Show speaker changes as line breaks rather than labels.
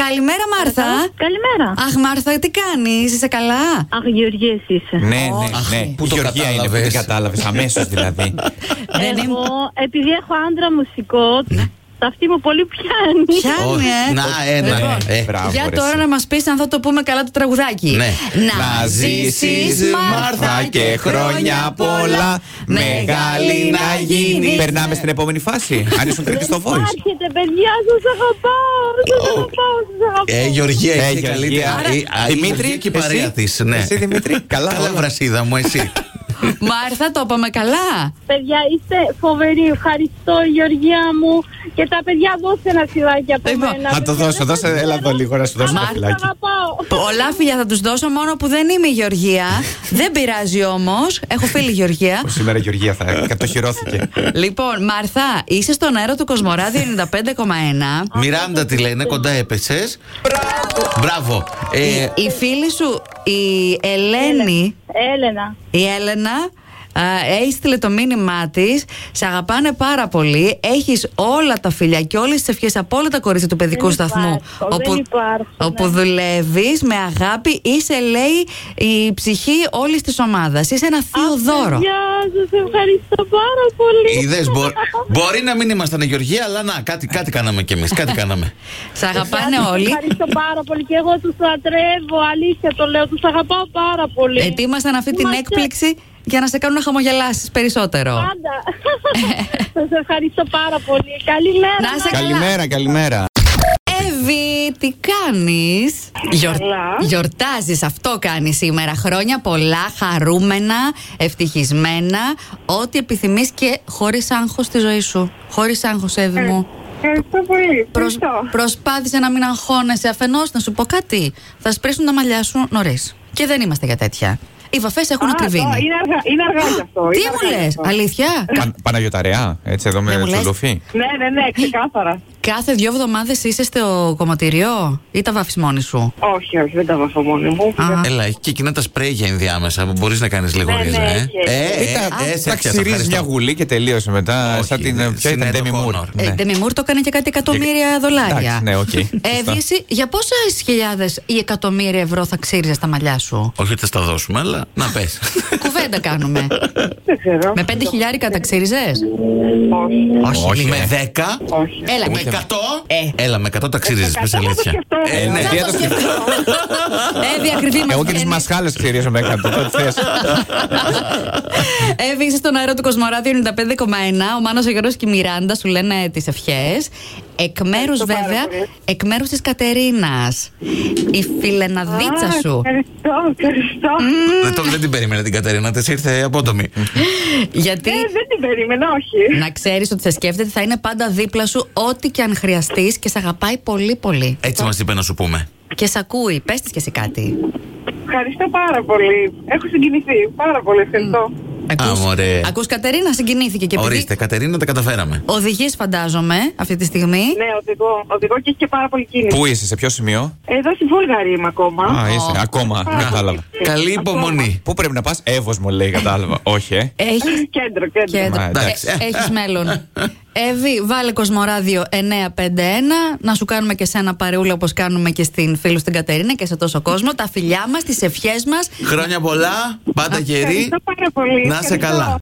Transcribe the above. Καλημέρα, Μάρθα.
Καλημέρα.
Αχ, Μάρθα, τι κάνεις, είσαι καλά.
Αχ, Γεωργία, εσύ είσαι.
Ναι, ναι,
Αχ,
ναι.
ναι.
Πού το
Γεωργία
κατάλαβες,
είναι,
δεν
πού την
κατάλαβες. Αμέσως δηλαδή.
Δεν
Εγώ,
είμαι.
ναι.
επειδή έχω άντρα μουσικό, τα αυτή μου πολύ πιάνει.
Πιάνει, ε.
Να, ένα.
Λοιπόν,
ε, ε.
μπράβο,
Για
ρε,
τώρα
εσύ.
να μας πεις αν θα το πούμε καλά το τραγουδάκι.
Ναι.
Να ζήσει, Μάρθα, και χρόνια πολλά. Μεγάλη να γίνει.
Περνάμε στην επόμενη φάση. Αν ήσουν τρίτη στο voice.
Άρχεται, παιδιά, σας αγαπάω. Σας αγαπάω, σας
Ε,
αγαπάω.
Γεωργία,
Ε,
έχει
Γεωργία.
καλύτερα.
Άρα,
Ε, α, η
Δημήτρη,
Γεωργία και η παρέα
εσύ.
της. Ναι.
Εσύ, Δημήτρη, καλά.
Καλά, βρασίδα μου, εσύ.
Μάρθα, το είπαμε καλά.
Παιδιά, είστε φοβεροί. Ευχαριστώ, Γεωργία μου. Και τα παιδιά, δώστε ένα φυλάκι από
Λοιπόν,
μένα.
Θα το δώσω, δώσε, έλα εδώ λίγο να σου δώσω
Μα-
το
Σα
φυλάκι.
αγαπάω.
Πολλά φιλιά θα τους δώσω, μόνο που δεν είμαι η Γεωργία. δεν πειράζει όμως. Έχω φίλη Γεωργία.
Σήμερα η Γεωργία θα κατοχυρώθηκε.
λοιπόν, Μάρθα, είσαι στον αέρα του Κοσμοράδιο 95,1.
Μιράντα τη λένε, κοντά έπεσες. Μπράβο. Ε,
η, η φίλη σου, η Ελένη,
Έλενα.
η Έλενα, α, έστειλε το μήνυμά της. Σε αγαπάνε πάρα πολύ. Έχεις όλα τα φιλιά και όλες τις ευχές από όλα τα κορίτσια του παιδικού
Δεν
σταθμού.
υπάρχω, δεν υπάρχω, ναι.
όπου δουλεύεις με αγάπη, είσαι, λέει, η ψυχή όλης της ομάδας. Είσαι ένα θείο δώρο.
Παιδιά, σα ευχαριστώ πάρα πολύ.
Είδες, μπορεί να μην ήμασταν Γεωργία, αλλά να, κάτι, κάτι κάναμε κι εμείς. Κάτι κάναμε.
Σε αγαπάνε
Σας
όλοι.
Ευχαριστώ πάρα πολύ και εγώ τους λατρεύω. Αλήθεια το λέω, τους αγαπάω πάρα πολύ.
Ετοίμασαν αυτή την
Είμαστε-
έκπληξη για να σε κάνουν να χαμογελάσεις περισσότερο.
Πάντα. Σας ευχαριστώ πάρα πολύ. Καλή μέρα.
Να είσαι καλά.
Καλημέρα, καλημέρα.
Εύη, τι κάνεις.
Καλά.
Γιορτάζεις, αυτό κάνεις σήμερα. Χρόνια πολλά, χαρούμενα, ευτυχισμένα. Ό,τι επιθυμείς και χωρίς άγχος στη ζωή σου. Χωρίς άγχος, Εύη μου.
Ε, Ευχαριστώ πολύ.
Προσ- προσπάθησε να μην αγχώνεσαι. Αφενός, να σου πω κάτι. Θα σπρίσουν τα μαλλιά σου νωρίς. Και δεν είμαστε για τέτοια. Οι βαφές έχουν κρυβίνει.
Είναι αργά, είναι αργά κι αυτό.
Τι
είναι αργά
μου
κι
λες,
αυτό.
αλήθεια.
Πα- Παναγιοταρέα, έτσι εδώ
Δεν
με
μου λες.
τσουλουφί.
Ναι, ναι, ναι, ξεκάθαρα.
Κάθε δύο εβδομάδες είσαι στο κομματήριο ή τα βάφεις μόνη σου.
όχι, όχι, δεν τα βαφώ μόνη μου.
Α.
Έλα, έχει και εκείνα τα σπρέι για ενδιάμεσα που μπορείς να κάνεις λίγο
Ναι,
ρίζα.
ναι,
Ε,
έχει, έχει.
ε, ε,
Ήταν-
ε, σε
Τα
πιάσα,
ξυρίζει
ευχαριστώ.
μια γουλή και τελείωσε μετά.
Όχι,
Σαν την.
δεν-
Ποια ήταν,
συνέτο
Demi Moore.
Connor.
Ε,
Ναι.
Demi Moore το έκανε και κάτι εκατομμύρια δολάρια.
Εντάξει, ναι, οκ. Σωστά.
Εύη, εσύ για πόσα χιλιάδες ή εκατομμύρια ευρώ θα ξύριζες τα μαλλιά σου.
Όχι ότι θα στα δώσουμε, αλλά να πες.
Κουβέντα κάνουμε.
Δεν ξέρω.
με πέντε χιλιάρικα τα ξύριζες.
Όχι.
Όχι,
με
ε.
10,
Όχι.
Έλα,
με
και-
100.
Ε.
Έλα, με 100 τα ξυρίζει, πε
θα το
αλήθεια.
σκεφτώ.
Ε, ναι,
Θα
τι
το
έδωσε.
σκεφτώ. Εύη, ακριβή Ε, μας
Εγώ και τις
βγαίνει.
μασχάλε ξυρίζω με 100. τι θες.
Εύη, είσαι Ε, στον αέρα του Κοσμοράδιο 95,1. Ο Μάνος ο Γιώργος και η Μιράντα σου λένε τις ευχές. Εκ μέρους
Ευχαριστώ πάρα
βέβαια,
πολύ.
εκ μέρους της Κατερίνας. Η φιλεναδίτσα
Α,
σου.
Ευχαριστώ, ευχαριστώ.
Δεν, το- δεν την περίμενε την Κατερίνα, της ήρθε απότομη.
Γιατί.
Ε, δεν την περίμενα, όχι.
Να ξέρεις ότι σε σκέφτεται, θα είναι πάντα δίπλα σου, ό,τι και αν χρειαστείς και σε αγαπάει πολύ πολύ.
Έτσι μας είπε να σου πούμε.
Και σε ακούει. Πες της και εσύ κάτι.
Ευχαριστώ πάρα πολύ. Έχω συγκινηθεί. Πάρα πολύ ευχαριστώ.
Ακούς,
μωρέ.
ακούς Κατερίνα, συγκινήθηκε και επειδή
Ορίστε, Κατερίνα, τα καταφέραμε.
οδηγείς, φαντάζομαι, αυτή τη στιγμή.
Ναι, οδηγώ, οδηγώ και έχει και πάρα πολύ κίνηση.
Πού είσαι, σε ποιο σημείο.
Εδώ στη Βούλγαρη είμαι ακόμα.
Α, είσαι. Ακόμα. Κατάλαβα.
Καλή υπομονή.
Πού πρέπει να πας, Εύω μου λέει, κατάλαβα. Όχι, ε.
Έχεις
Κέντρο, κέντρο.
κέντρο.
Μα, εντάξει.
Έχει Ε, μέλλον. Εύη, βάλε Κοσμοράδιο 951 να σου κάνουμε και σένα παρεούλα όπως κάνουμε και στην φίλου στην Κατερίνα και σε τόσο κόσμο. Τα φιλιά μας, τις ευχές μας.
Χρόνια πολλά, πάντα γερή.
Ευχαριστώ πάρα πολύ.
Να είσαι
Ευχαριστώ.
καλά.